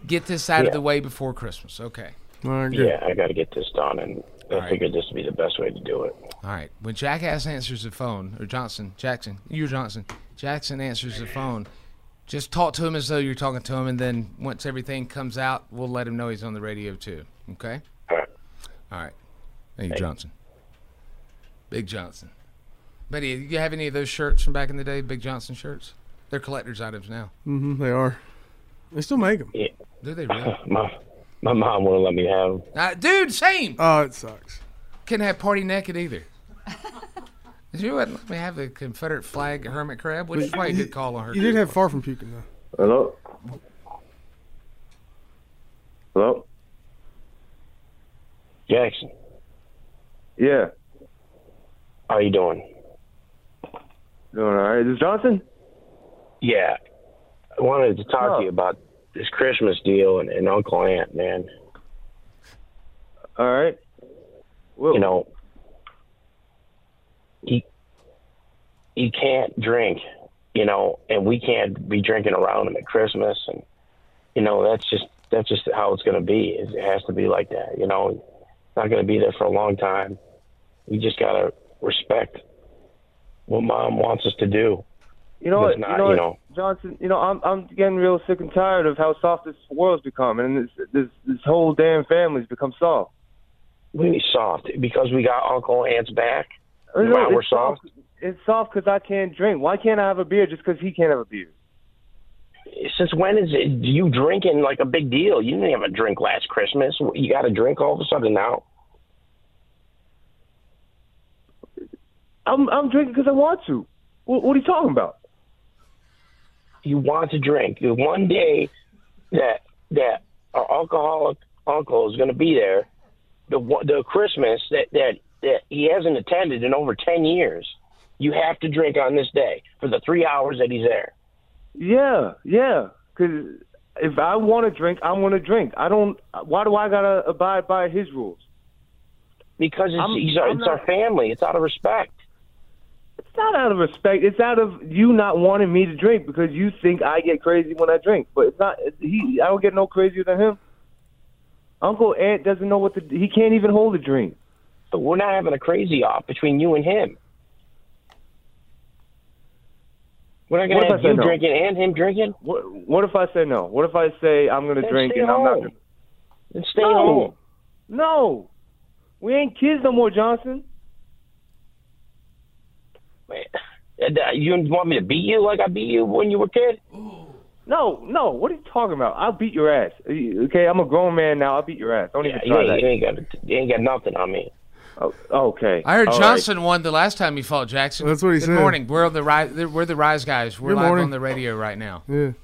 [SPEAKER 4] get this out of
[SPEAKER 12] Yeah.
[SPEAKER 4] the way before Christmas. Okay.
[SPEAKER 12] yeah, I got to get this done, and I
[SPEAKER 4] right.
[SPEAKER 12] figured this would be the best way to do it.
[SPEAKER 4] All right. When Jackass answers the phone, or Johnson, Jackson, you're Johnson, Jackson answers the phone, just talk to him as though you're talking to him, and then once everything comes out, we'll let him know he's on the radio too. Okay?
[SPEAKER 12] All right.
[SPEAKER 4] All right. Thank you, Johnson. Big Johnson. Betty, you have any of those shirts from back in the day, Big Johnson shirts? They're collector's items now.
[SPEAKER 9] Mm-hmm, they are. They still make them.
[SPEAKER 12] Yeah.
[SPEAKER 4] Do they really?
[SPEAKER 12] my my mom won't let me have. him.
[SPEAKER 4] Uh, dude, same.
[SPEAKER 9] Oh, it sucks.
[SPEAKER 4] Couldn't have party naked either. She wouldn't let me have the Confederate flag hermit crab, which is why you could call on her.
[SPEAKER 9] You did have far from puking though.
[SPEAKER 12] Hello. Hello. Jackson. Yeah. How you doing?
[SPEAKER 13] Doing all right. Is this Johnson?
[SPEAKER 12] Yeah. I wanted to
[SPEAKER 13] Oh.
[SPEAKER 12] talk to you about this Christmas deal and, and Uncle Ant, man.
[SPEAKER 13] All right.
[SPEAKER 12] You know, he he can't drink, you know, and we can't be drinking around him at Christmas, and you know that's just that's just how it's going to be. It has to be like that, you know. It's not going to be there for a long time. We just got to respect what Mom wants us to do.
[SPEAKER 13] You know
[SPEAKER 12] That's
[SPEAKER 13] what?
[SPEAKER 12] not-
[SPEAKER 13] you know,
[SPEAKER 12] you
[SPEAKER 13] what,
[SPEAKER 12] know.
[SPEAKER 13] Johnson. You know, I'm I'm getting real sick and tired of how soft this world's become, and this this this whole damn family's become soft.
[SPEAKER 12] We soft because we got Uncle Ant's back.
[SPEAKER 13] You know,
[SPEAKER 12] Wow, we're
[SPEAKER 13] it's soft. It's soft because I can't drink. Why can't I have a beer just because he can't have a beer?
[SPEAKER 12] Since when is it you drinking like a big deal? You didn't have a drink last Christmas. You got a drink all of a sudden now.
[SPEAKER 13] I'm I'm drinking because I want to. What, what are you talking about?
[SPEAKER 12] You want to drink. The One day that that our alcoholic uncle is going to be there. The one- the Christmas that that that he hasn't attended in over ten years. You have to drink on this day for the three hours that he's there.
[SPEAKER 13] Yeah, yeah. Because if I want to drink, I want to drink. I don't. Why do I gotta abide by his rules?
[SPEAKER 12] Because it's,
[SPEAKER 13] I'm-
[SPEAKER 12] he's our,
[SPEAKER 13] I'm
[SPEAKER 12] it's our
[SPEAKER 13] not-
[SPEAKER 12] family. It's out of respect.
[SPEAKER 13] It's not out of respect. It's out of you not wanting me to drink because you think I get crazy when I drink. But it's not. He. I don't get no crazier than him. Uncle Ant doesn't know what to. He can't even hold a drink.
[SPEAKER 12] But we're not having a crazy off between you and him. We're not going
[SPEAKER 13] What
[SPEAKER 12] to
[SPEAKER 13] if
[SPEAKER 12] have
[SPEAKER 13] I say
[SPEAKER 12] you
[SPEAKER 13] no?
[SPEAKER 12] drinking and him drinking.
[SPEAKER 13] What, what if I say no? What if I say I'm gonna
[SPEAKER 12] Then
[SPEAKER 13] drink
[SPEAKER 12] stay
[SPEAKER 13] and I'm not?
[SPEAKER 12] home.
[SPEAKER 13] Gonna...
[SPEAKER 12] Then stay
[SPEAKER 13] no.
[SPEAKER 12] home.
[SPEAKER 13] No. We ain't kids no more, Johnson.
[SPEAKER 12] And, uh, You want me to beat you like I beat you when you were a kid?
[SPEAKER 13] No, no. What are you talking about? I'll beat your ass. Okay, I'm a grown man now. I'll beat your ass. Don't
[SPEAKER 12] Yeah,
[SPEAKER 13] even
[SPEAKER 12] you,
[SPEAKER 13] try
[SPEAKER 12] ain't,
[SPEAKER 13] that.
[SPEAKER 12] you ain't got you ain't got nothing on me.
[SPEAKER 13] Oh, okay.
[SPEAKER 4] I heard
[SPEAKER 13] All right.
[SPEAKER 4] Johnson won the last time he fought Jackson.
[SPEAKER 13] That's what he
[SPEAKER 4] Good
[SPEAKER 13] said.
[SPEAKER 4] morning. We're the rise. We're the rise guys. We're
[SPEAKER 13] Good
[SPEAKER 4] live
[SPEAKER 13] morning.
[SPEAKER 4] on the radio right now.
[SPEAKER 9] Yeah.
[SPEAKER 4] On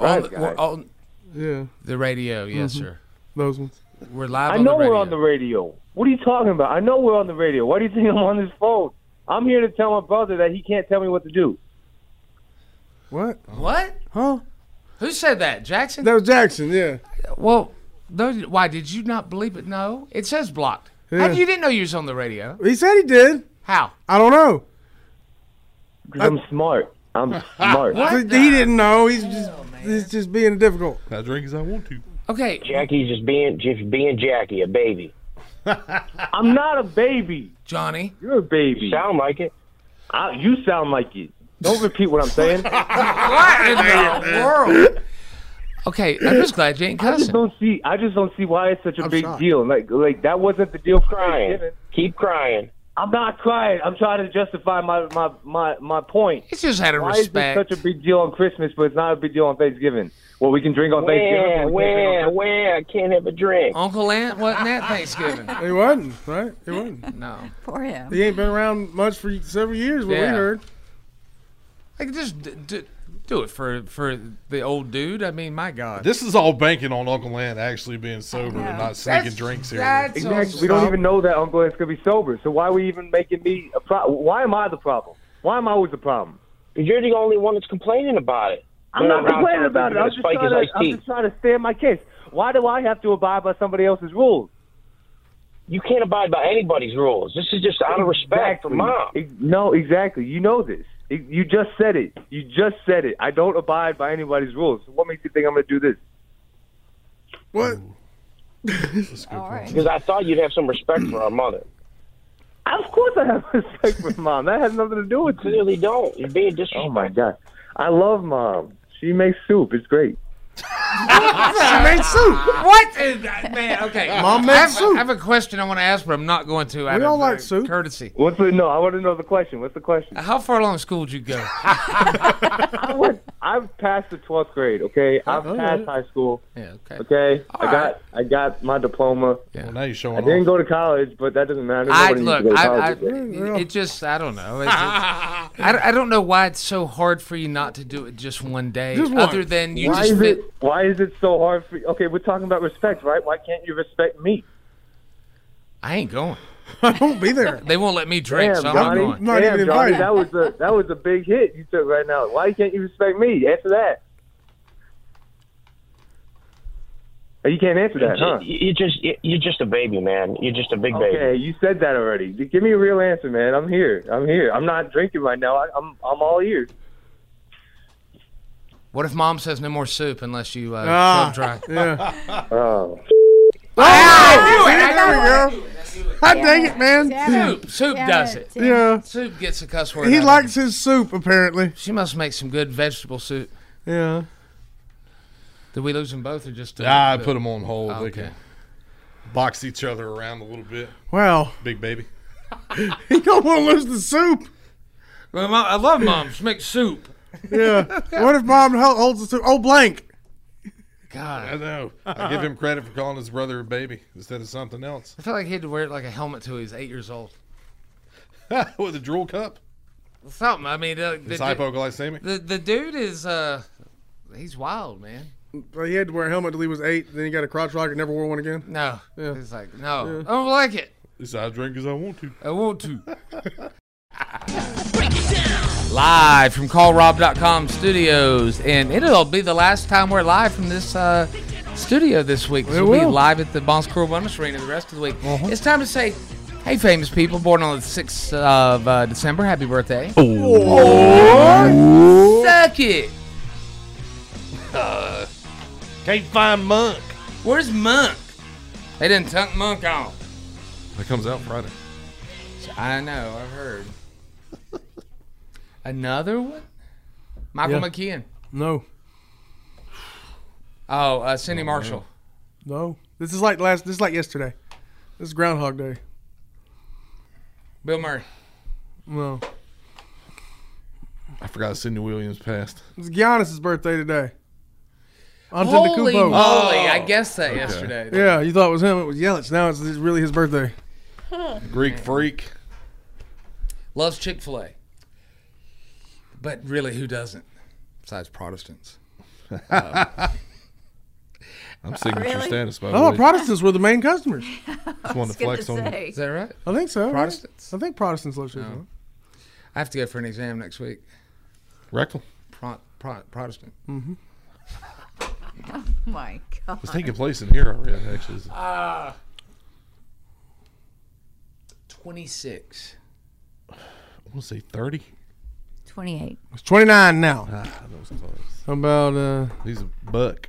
[SPEAKER 13] Rise
[SPEAKER 4] the, we're
[SPEAKER 13] guys. Mm-hmm.
[SPEAKER 4] on
[SPEAKER 9] Yeah.
[SPEAKER 4] the radio, yes,
[SPEAKER 9] Mhm.
[SPEAKER 4] sir.
[SPEAKER 9] Those ones.
[SPEAKER 4] We're live.
[SPEAKER 13] I
[SPEAKER 4] on
[SPEAKER 13] know
[SPEAKER 4] the radio.
[SPEAKER 13] we're on the radio. What are you talking about? I know we're on the radio. Why do you think I'm on this phone? I'm here to tell my brother that he can't tell me what to do.
[SPEAKER 9] What?
[SPEAKER 4] What?
[SPEAKER 9] Huh?
[SPEAKER 4] Who said that? Jackson?
[SPEAKER 9] That was Jackson. Yeah.
[SPEAKER 4] Well, no, why did you not believe it? No, it says blocked. How
[SPEAKER 9] Yeah.
[SPEAKER 4] do you didn't know you was on the radio?
[SPEAKER 9] He said he did.
[SPEAKER 4] How?
[SPEAKER 9] I don't know.
[SPEAKER 13] I'm smart. I'm smart.
[SPEAKER 9] he didn't know. He's just he's just being difficult.
[SPEAKER 6] I drink as I want to.
[SPEAKER 4] Okay.
[SPEAKER 12] Jackie's just being just being Jackie, a baby.
[SPEAKER 13] I'm not a baby.
[SPEAKER 4] Johnny.
[SPEAKER 13] You're a baby.
[SPEAKER 12] sound like it.
[SPEAKER 13] I, you sound like it. Don't repeat what I'm saying.
[SPEAKER 4] What in the world? Okay, I'm just glad you ain't
[SPEAKER 13] I just
[SPEAKER 4] cussing.
[SPEAKER 13] don't see. I just don't see why it's such a
[SPEAKER 4] I'm
[SPEAKER 13] big
[SPEAKER 4] shocked.
[SPEAKER 13] deal. Like, like that wasn't the deal. for
[SPEAKER 12] crying.
[SPEAKER 13] Thanksgiving.
[SPEAKER 12] Keep crying.
[SPEAKER 13] I'm not crying. I'm trying to justify my my my, my point.
[SPEAKER 4] It's just out of
[SPEAKER 13] why is
[SPEAKER 4] respect.
[SPEAKER 13] this such a big deal on Christmas, but it's not a big deal on Thanksgiving? Well, we can drink on
[SPEAKER 12] Where,
[SPEAKER 13] Thanksgiving. but we can't drink on
[SPEAKER 12] where,
[SPEAKER 13] Christmas?
[SPEAKER 12] where? I can't have a drink.
[SPEAKER 4] Uncle Ant wasn't at Thanksgiving.
[SPEAKER 9] He wasn't right. He wasn't.
[SPEAKER 4] No.
[SPEAKER 8] Poor him.
[SPEAKER 9] He ain't been around much for several years. What
[SPEAKER 4] Yeah.
[SPEAKER 9] we heard.
[SPEAKER 4] Like just d- d- do it for for the old dude. I mean, my God.
[SPEAKER 6] This is all Oh, banking on Uncle Ant actually being sober and not sneaking
[SPEAKER 4] That's-
[SPEAKER 6] drinks here.
[SPEAKER 4] that's
[SPEAKER 13] Exactly. We don't even know that Uncle Ed's gonna be sober. So why are we even making me a problem? Why am I the problem? Why am I always the problem?
[SPEAKER 12] You're the only one that's complaining about it.
[SPEAKER 13] I'm
[SPEAKER 12] When
[SPEAKER 13] not
[SPEAKER 12] I'm
[SPEAKER 13] complaining
[SPEAKER 12] out
[SPEAKER 13] about it.
[SPEAKER 12] there,
[SPEAKER 13] I'm
[SPEAKER 12] I'm
[SPEAKER 13] just,
[SPEAKER 12] gonna
[SPEAKER 13] trying
[SPEAKER 12] spike
[SPEAKER 13] to,
[SPEAKER 12] his iced
[SPEAKER 13] I'm
[SPEAKER 12] tea.
[SPEAKER 13] just trying to stand my case. Why do I have to abide by somebody else's rules?
[SPEAKER 12] You can't abide by anybody's rules. This is just out of respect for mom.
[SPEAKER 13] Ex- No, exactly. You know this. Ex- You just said it. You just said it. I don't abide by anybody's rules. So what makes you think I'm going to do this?
[SPEAKER 9] What?
[SPEAKER 12] Because I thought you'd have some respect for our mother.
[SPEAKER 13] Of course, I have respect for mom. That has nothing to do with it.
[SPEAKER 12] Clearly, don't. You're being
[SPEAKER 13] Oh
[SPEAKER 12] disrespectful.
[SPEAKER 13] my god, I love mom. She makes soup. It's great.
[SPEAKER 4] What is that? Man, okay.
[SPEAKER 13] Mom
[SPEAKER 4] I
[SPEAKER 13] made
[SPEAKER 4] have,
[SPEAKER 13] soup.
[SPEAKER 4] I have a question I want to ask, but I'm not going to. Out
[SPEAKER 13] We all
[SPEAKER 4] of,
[SPEAKER 13] like
[SPEAKER 4] uh,
[SPEAKER 13] soup.
[SPEAKER 4] Courtesy.
[SPEAKER 13] What's the no? I want to know the question. What's the question?
[SPEAKER 4] How far along in school did you go?
[SPEAKER 13] I went, I've passed the twelfth grade. Okay, I've
[SPEAKER 4] Oh,
[SPEAKER 13] passed
[SPEAKER 4] yeah.
[SPEAKER 13] high school.
[SPEAKER 4] Yeah. Okay.
[SPEAKER 13] Okay, I
[SPEAKER 4] All
[SPEAKER 13] got I got my diploma.
[SPEAKER 4] Well,
[SPEAKER 6] now you're showing
[SPEAKER 13] I didn't go to college, but that doesn't matter.
[SPEAKER 4] I
[SPEAKER 13] Nobody needs to
[SPEAKER 4] look.
[SPEAKER 13] go to
[SPEAKER 4] I, I
[SPEAKER 13] college, right?
[SPEAKER 4] it just I don't know. It's just- I, I don't know why it's so hard for you not to do it just one day. Other than you
[SPEAKER 13] why
[SPEAKER 4] just
[SPEAKER 13] is
[SPEAKER 4] fit,
[SPEAKER 13] it why is it so hard for? Okay, we're talking about respect, right? Why can't you respect me?
[SPEAKER 4] I ain't going.
[SPEAKER 9] I won't be there.
[SPEAKER 4] They won't let me drink,
[SPEAKER 9] Damn,
[SPEAKER 4] so I'm
[SPEAKER 9] Johnny.
[SPEAKER 4] not going.
[SPEAKER 9] Not
[SPEAKER 13] Damn,
[SPEAKER 9] even
[SPEAKER 13] Johnny,
[SPEAKER 9] invited.
[SPEAKER 13] that was a that was a big hit you took right now. Why can't you respect me? Answer that. Oh, You can't answer that, huh?
[SPEAKER 12] You, you just you- you're just a baby, man. You're just a big baby.
[SPEAKER 13] Okay, you said that already. G- Give me a real answer, man. I'm here. I'm here. I'm not drinking right now. I, I'm I'm all ears.
[SPEAKER 4] What if Mom says no more soup unless you uh,
[SPEAKER 13] Ah,
[SPEAKER 4] feel drunk?
[SPEAKER 13] yeah.
[SPEAKER 4] Oh.
[SPEAKER 9] there we go. I dang it, man.
[SPEAKER 4] Soup, soup does it.
[SPEAKER 9] Yeah.
[SPEAKER 4] soup gets a cuss word.
[SPEAKER 9] He
[SPEAKER 4] out of
[SPEAKER 9] likes his soup, apparently.
[SPEAKER 4] She must make some good vegetable soup.
[SPEAKER 9] Yeah.
[SPEAKER 4] Did we lose them both or just? uh,
[SPEAKER 6] I put them on hold.
[SPEAKER 4] Oh,
[SPEAKER 6] They
[SPEAKER 4] okay.
[SPEAKER 6] can box each other around a little bit.
[SPEAKER 9] Wow.
[SPEAKER 6] Big baby.
[SPEAKER 9] He don't want to lose the soup.
[SPEAKER 4] Well, Mom, I love Mom. She makes soup.
[SPEAKER 9] Yeah. what if mom hel- holds the soup? Oh, blank.
[SPEAKER 4] God,
[SPEAKER 6] I know. I give him credit for calling his brother a baby instead of something else
[SPEAKER 4] I feel like he had to wear it like a helmet till he was eight years old.
[SPEAKER 6] with a drool cup.
[SPEAKER 4] Something. I mean, uh,
[SPEAKER 6] It's
[SPEAKER 4] du-
[SPEAKER 6] hypoglycemic.
[SPEAKER 4] The the dude is uh, he's wild, man.
[SPEAKER 9] Well, he had to wear a helmet till he was eight. Then he got a crotch rocket. Never wore one again.
[SPEAKER 4] No. Yeah. He's like, no,
[SPEAKER 9] Yeah.
[SPEAKER 4] I don't like it.
[SPEAKER 6] He said, I drink as I want to.
[SPEAKER 4] I want to. live from callrob.com studios and it'll be the last time we're live from this uh, studio this week 'cause
[SPEAKER 9] It
[SPEAKER 4] we'll be
[SPEAKER 9] will.
[SPEAKER 4] live at the Bon Secours Wellness Arena the rest of the week it's time to say hey famous people born on the 6th of uh, December happy birthday Oh. or suck it uh, can't find Monk where's Monk they didn't tuck Monk on
[SPEAKER 6] That comes out Friday.
[SPEAKER 4] I know I've heard another one Michael
[SPEAKER 9] Yeah.
[SPEAKER 4] McKean
[SPEAKER 9] No.
[SPEAKER 4] oh uh, Cindy Marshall
[SPEAKER 9] No. This is like last. This is like yesterday. This is Groundhog Day.
[SPEAKER 4] Bill Murray.
[SPEAKER 9] No.
[SPEAKER 6] I forgot Sidney Williams passed.
[SPEAKER 9] It's Giannis's birthday today.
[SPEAKER 4] Holy
[SPEAKER 9] Antetokounmpo.
[SPEAKER 4] moly!
[SPEAKER 6] Oh,
[SPEAKER 4] I guessed that yesterday.
[SPEAKER 9] Yeah, you thought it was him. It was Yelich. Now it's it's really his birthday.
[SPEAKER 6] Greek freak.
[SPEAKER 4] Loves Chick Fil A, but really, who doesn't? Besides Protestants. Uh,
[SPEAKER 6] I'm signature
[SPEAKER 4] Really?
[SPEAKER 6] status, by the
[SPEAKER 9] Oh,
[SPEAKER 6] way.
[SPEAKER 9] Protestants were the main customers.
[SPEAKER 6] Just wanted to flex on you.
[SPEAKER 4] Is that right?
[SPEAKER 9] I think so. right?
[SPEAKER 4] Protestants?
[SPEAKER 9] I think Protestants love Chick-fil-A.
[SPEAKER 4] I have to go for an exam next week.
[SPEAKER 6] Rectal.
[SPEAKER 4] Pro- pro- Protestant.
[SPEAKER 9] Mhm.
[SPEAKER 8] Oh my God.
[SPEAKER 6] It's taking place in here already, actually.
[SPEAKER 4] Uh, Twenty-six.
[SPEAKER 6] I want to say 30.
[SPEAKER 8] 28.
[SPEAKER 9] It's 29 now.
[SPEAKER 6] Ah, that was close.
[SPEAKER 9] How about uh?
[SPEAKER 6] He's a buck.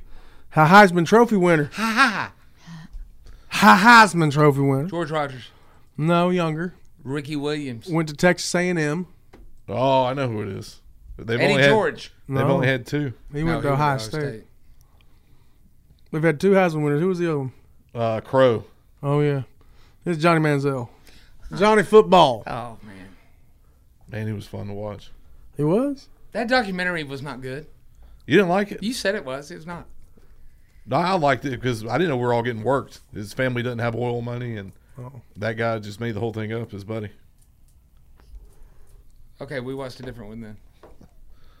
[SPEAKER 9] Ha Heisman Trophy winner.
[SPEAKER 4] Ha ha
[SPEAKER 9] Ha Heisman Trophy winner.
[SPEAKER 4] George Rogers,
[SPEAKER 9] No younger.
[SPEAKER 4] Ricky Williams,
[SPEAKER 9] Went to Texas A&M.
[SPEAKER 6] Oh, I know who it is. They've
[SPEAKER 4] Eddie
[SPEAKER 6] only had-
[SPEAKER 4] George.
[SPEAKER 6] They've
[SPEAKER 9] No.
[SPEAKER 6] only had two.
[SPEAKER 9] He went to Ohio State. They've had two Heisman winners. Who was the other one?
[SPEAKER 6] Uh, Crow.
[SPEAKER 9] Oh yeah, it's Johnny Manziel. Johnny Football.
[SPEAKER 4] Oh man,
[SPEAKER 6] Man, he was fun to watch.
[SPEAKER 9] he was.
[SPEAKER 4] that documentary was not good.
[SPEAKER 6] You didn't like it?
[SPEAKER 4] You said it was. It was not.
[SPEAKER 6] No, I liked it because I didn't know we were all getting worked. His family doesn't have oil money, and
[SPEAKER 9] Oh.
[SPEAKER 6] that guy just made the whole thing up, his buddy.
[SPEAKER 4] Okay, we watched a different one then.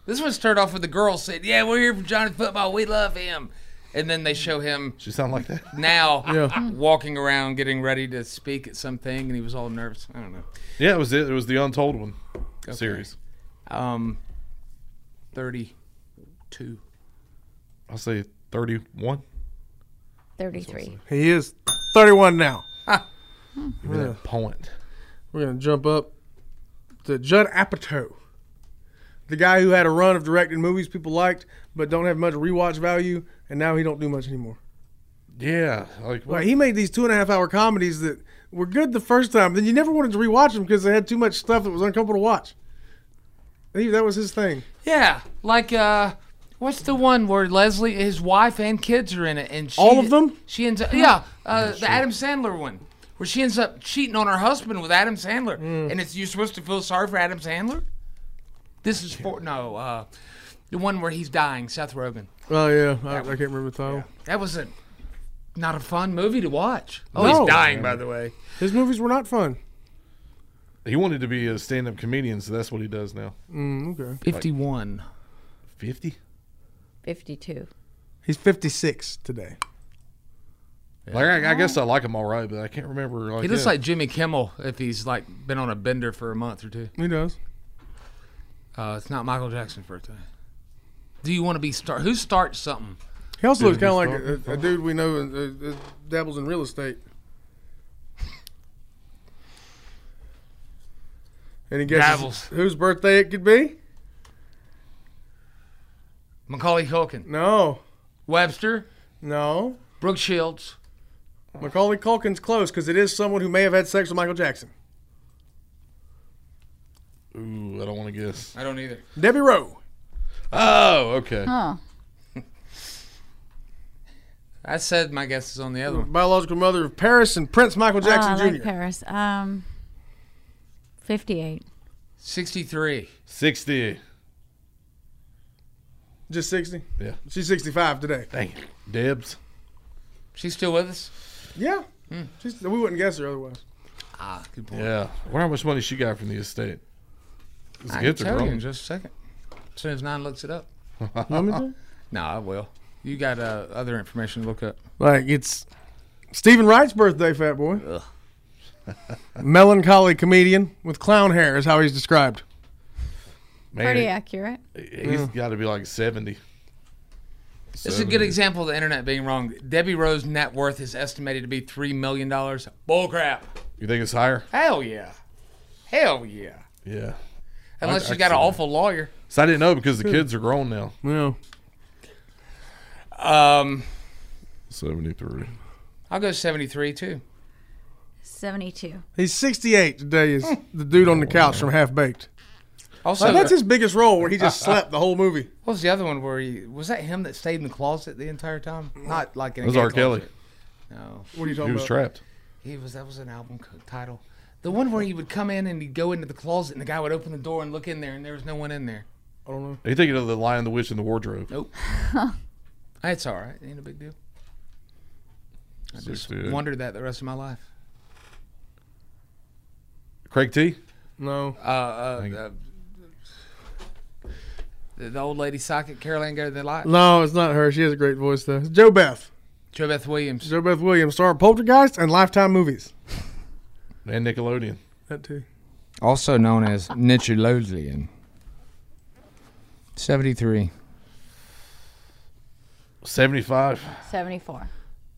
[SPEAKER 4] This one started off with the girl said, "Yeah, we're here for Johnny Football. We love him," and then they show him.
[SPEAKER 6] She sound like that?
[SPEAKER 4] now
[SPEAKER 6] Yeah.
[SPEAKER 4] walking around getting ready to speak at something, and he was all nervous. I don't know.
[SPEAKER 6] Yeah, it was it. It was the Untold One series.
[SPEAKER 4] Um, thirty-two.
[SPEAKER 6] I'll say 31.
[SPEAKER 8] 33.
[SPEAKER 9] He is 31 now.
[SPEAKER 6] Give me that point.
[SPEAKER 9] We're gonna jump up to Judd Apatow, the guy who had a run of directing movies people liked, but don't have much rewatch value, and now he don't do much anymore.
[SPEAKER 6] Yeah. Like,
[SPEAKER 9] Well, he made these two and a half hour comedies that were good the first time. Then you never wanted to rewatch them because they had too much stuff that was uncomfortable to watch. He- That was his thing.
[SPEAKER 4] Yeah, like uh, what's the one where Leslie, his wife, and kids are in it, and she,
[SPEAKER 9] All of them?
[SPEAKER 4] She ends up, yeah, uh, the Adam Sandler one. Where she ends up cheating on her husband with Adam Sandler,
[SPEAKER 9] Mm.
[SPEAKER 4] and it's you're supposed to feel sorry for Adam Sandler. This is for no, uh, the one where he's dying, Seth Rogen.
[SPEAKER 9] Oh yeah, I, I can't remember the title.
[SPEAKER 4] That was a not a fun movie to watch. Oh,
[SPEAKER 9] No.
[SPEAKER 4] he's dying, by the way.
[SPEAKER 9] His movies were not fun.
[SPEAKER 6] He wanted to be a stand up comedian, so that's what he does now.
[SPEAKER 9] Mm, okay.
[SPEAKER 4] 51.
[SPEAKER 6] 50?
[SPEAKER 8] 52.
[SPEAKER 9] He's 56 today.
[SPEAKER 6] Like I, I guess I like him all right, but I can't remember. Like,
[SPEAKER 4] he looks
[SPEAKER 6] yeah.
[SPEAKER 4] like Jimmy Kimmel if he's like been on a bender for a month or two.
[SPEAKER 9] He does.
[SPEAKER 4] Uh, it's not Michael Jackson's birthday. Do you want to be star? Who starts something?
[SPEAKER 9] He also looks kind of like a, a dude we know uh, uh, dabbles in real estate. Any guesses
[SPEAKER 4] Dabbles.
[SPEAKER 9] whose birthday it could be?
[SPEAKER 4] Macaulay Culkin.
[SPEAKER 9] No.
[SPEAKER 4] Webster.
[SPEAKER 9] No.
[SPEAKER 4] Brooke Shields.
[SPEAKER 9] Macaulay Culkin's close because it is someone who may have had sex with Michael Jackson.
[SPEAKER 6] Ooh, I don't want to guess.
[SPEAKER 4] I don't either.
[SPEAKER 9] Debbie Rowe.
[SPEAKER 6] Oh, okay.
[SPEAKER 8] Oh.
[SPEAKER 4] I said my guess is on the other one.
[SPEAKER 9] Biological mother of Paris and Prince Michael
[SPEAKER 4] Ah,
[SPEAKER 8] Oh,
[SPEAKER 9] Jackson
[SPEAKER 8] I
[SPEAKER 9] Jr.
[SPEAKER 8] like Paris. Um, 58.
[SPEAKER 4] 63.
[SPEAKER 6] 60.
[SPEAKER 9] Just 60?
[SPEAKER 6] Yeah.
[SPEAKER 9] She's 65 today.
[SPEAKER 6] Dang it. Debs.
[SPEAKER 4] She's still with us? Hmm.
[SPEAKER 9] Yeah. She's, we wouldn't guess her otherwise.
[SPEAKER 4] Ah, good point.
[SPEAKER 6] Yeah. I wonder how much money she got from the estate. Let's
[SPEAKER 4] I can
[SPEAKER 6] get to
[SPEAKER 4] tell you
[SPEAKER 6] Rome.
[SPEAKER 4] in just a second. As soon as Nine looks it up.
[SPEAKER 6] Oh,
[SPEAKER 9] want me to?
[SPEAKER 4] No, I will. You got uh, other information to look up.
[SPEAKER 9] Like, it's Stephen Wright's birthday, fat boy. Melancholy comedian with clown hair is how he's described.
[SPEAKER 6] Man,
[SPEAKER 8] Pretty accurate.
[SPEAKER 6] He's got to be like 70.
[SPEAKER 4] This is a good example of the internet being wrong. Debbie Rowe's net worth is estimated to be $3 million. Bullcrap.
[SPEAKER 6] You think it's higher?
[SPEAKER 4] Hell yeah. Hell yeah.
[SPEAKER 6] Yeah.
[SPEAKER 4] Unless
[SPEAKER 6] I-
[SPEAKER 4] you got an
[SPEAKER 6] I-
[SPEAKER 4] awful lawyer.
[SPEAKER 6] So I didn't know because the kids are grown now. Uh,
[SPEAKER 9] Yeah.
[SPEAKER 4] Um,
[SPEAKER 6] 73.
[SPEAKER 4] I'll go 73 too.
[SPEAKER 8] 72.
[SPEAKER 9] He's 68 today, is the dude on the couch from Half Baked.
[SPEAKER 4] Hmm. Also,
[SPEAKER 9] Like, that's his biggest role where he just slept the whole movie.
[SPEAKER 4] What was the other one where he was that him that stayed in the closet the entire time? Not like in a
[SPEAKER 6] That was
[SPEAKER 4] gay
[SPEAKER 6] R. Kelly.
[SPEAKER 4] closet. No.
[SPEAKER 9] What are you
[SPEAKER 6] He was trapped.
[SPEAKER 4] He was that was an album co- title. The one where he would come in and he'd go into the closet and the guy would open the door and look in there and there was no one in there.
[SPEAKER 9] I don't know.
[SPEAKER 6] Are you thinking of The Lion, the Witch, and the Wardrobe?
[SPEAKER 4] Nope. It's all right. Ain't a big deal. I just
[SPEAKER 6] 68.
[SPEAKER 4] wondered that the rest of my life.
[SPEAKER 6] Craig T?
[SPEAKER 9] No.
[SPEAKER 4] Uh, uh, uh, the, the old lady socket Caroline go to the light.
[SPEAKER 9] No, it's not her. She has a great voice, though. It's Joe Beth.
[SPEAKER 4] Joe Beth Williams.
[SPEAKER 9] Joe Beth Williams, star of Poltergeist and Lifetime movies.
[SPEAKER 6] And Nickelodeon.
[SPEAKER 9] That too.
[SPEAKER 4] Also known as Nickelodeon. 73.
[SPEAKER 6] 75.
[SPEAKER 8] 74.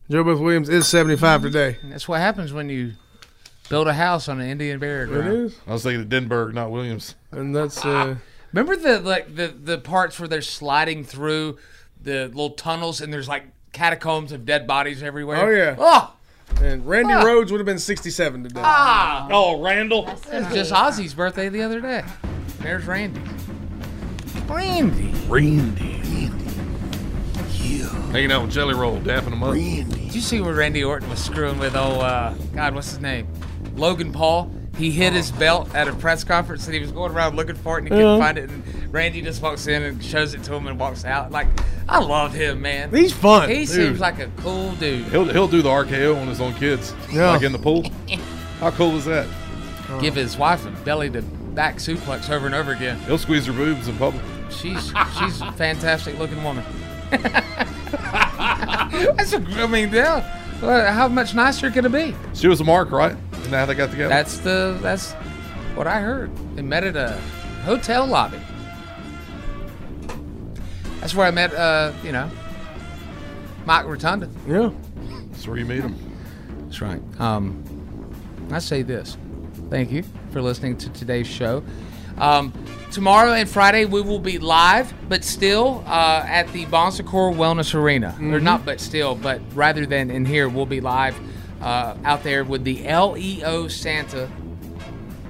[SPEAKER 9] Joe Beth Williams is 75 today.
[SPEAKER 4] That's what happens when you build a house on an Indian burial ground.
[SPEAKER 6] I was thinking of Denberg, not Williams.
[SPEAKER 9] And that's. Uh,
[SPEAKER 4] Remember the like the the parts where they're sliding through the little tunnels and there's like catacombs of dead bodies everywhere.
[SPEAKER 9] Oh, yeah.
[SPEAKER 4] Oh,
[SPEAKER 9] and Randy
[SPEAKER 4] Ah.
[SPEAKER 9] Rhodes would have been 67 today.
[SPEAKER 4] ah.
[SPEAKER 6] Oh, Randall.
[SPEAKER 4] It's just Ozzy's birthday the other day. There's Randy. Randy.
[SPEAKER 6] Randy. Hanging out with Jelly Roll, dapping him up.
[SPEAKER 4] Did you see where Randy Orton was screwing with old uh, God? What's his name? Logan Paul. He hid his belt at a press conference and he was going around looking for it and he couldn't
[SPEAKER 9] Yeah.
[SPEAKER 4] find it. And Randy just walks in and shows it to him and walks out. Like, I love him, man.
[SPEAKER 9] He's fun.
[SPEAKER 4] He
[SPEAKER 6] Dude.
[SPEAKER 4] seems like a cool dude.
[SPEAKER 6] He'll, he'll do the RKO on his own kids.
[SPEAKER 4] Yeah.
[SPEAKER 6] Like in the pool. How cool is that?
[SPEAKER 4] Give his wife a belly to back suplex over and over again.
[SPEAKER 6] He'll squeeze her boobs in public.
[SPEAKER 4] She's she's a fantastic looking woman. That's a, I mean, yeah. Well, How much nicer could it be?
[SPEAKER 6] She was a mark, right? Isn't that how they got together?
[SPEAKER 4] That's the that's what I heard. They met at a hotel lobby. That's where I met, uh, you know, Mike Rotunda.
[SPEAKER 9] Yeah.
[SPEAKER 6] That's where you meet him.
[SPEAKER 4] That's right. Um, I say this. Thank you for listening to today's show. Um, tomorrow and Friday we will be live, but still uh, at the Bon Secours Wellness Arena. Or
[SPEAKER 14] Mhm.
[SPEAKER 4] not, but still, but rather than in here, we'll be live uh, out there with the LEO Santa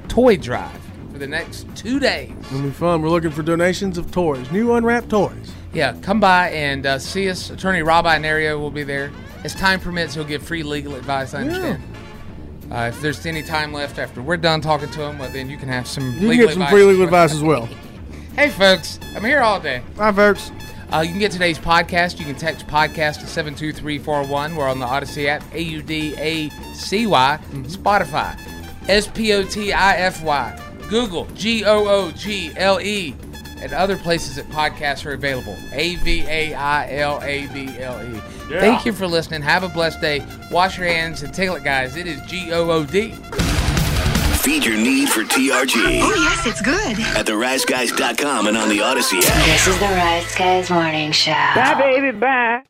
[SPEAKER 4] toy drive for the next two days.
[SPEAKER 9] It'll be fun. We're looking for donations of toys, new unwrapped toys.
[SPEAKER 4] Yeah, come by and uh, see us. Attorney Rob Inario will be there. As time permits, he'll give free legal advice. I understand. Uh, if there's any time left after we're done talking to him, well, then you can have some
[SPEAKER 9] You
[SPEAKER 4] legal
[SPEAKER 9] get some
[SPEAKER 4] advice.
[SPEAKER 9] free legal advice as well.
[SPEAKER 4] Hey, folks, I'm here all day.
[SPEAKER 9] Hi, folks.
[SPEAKER 4] Uh, you can get today's podcast. You can text podcast to 72341. We're on the Odyssey app, A U D A C Y,
[SPEAKER 9] Mm-hmm.
[SPEAKER 4] Spotify, S P O T I F Y, Google, G O O G L E, and other places that podcasts are available. A V A I L A B L E.
[SPEAKER 13] Yeah.
[SPEAKER 4] Thank you for listening. Have a blessed day. Wash your hands and tickle it, guys. It is G O O D.
[SPEAKER 2] Feed your need for TRG.
[SPEAKER 3] Oh, yes, it's good.
[SPEAKER 2] At theriseguys.com and on the Odyssey app.
[SPEAKER 3] This is the Rise Guys Morning Show.
[SPEAKER 15] Bye,
[SPEAKER 3] baby. Bye.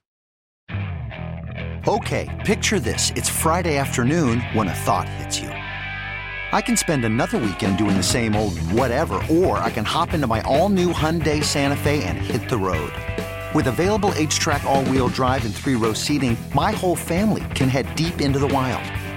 [SPEAKER 15] Okay, picture this. It's Friday afternoon when a thought hits you. I can spend another weekend doing the same old whatever, or I can hop into my all new Hyundai Santa Fe and hit the road. With available H track, all wheel drive, and three row seating, my whole family can head deep into the wild.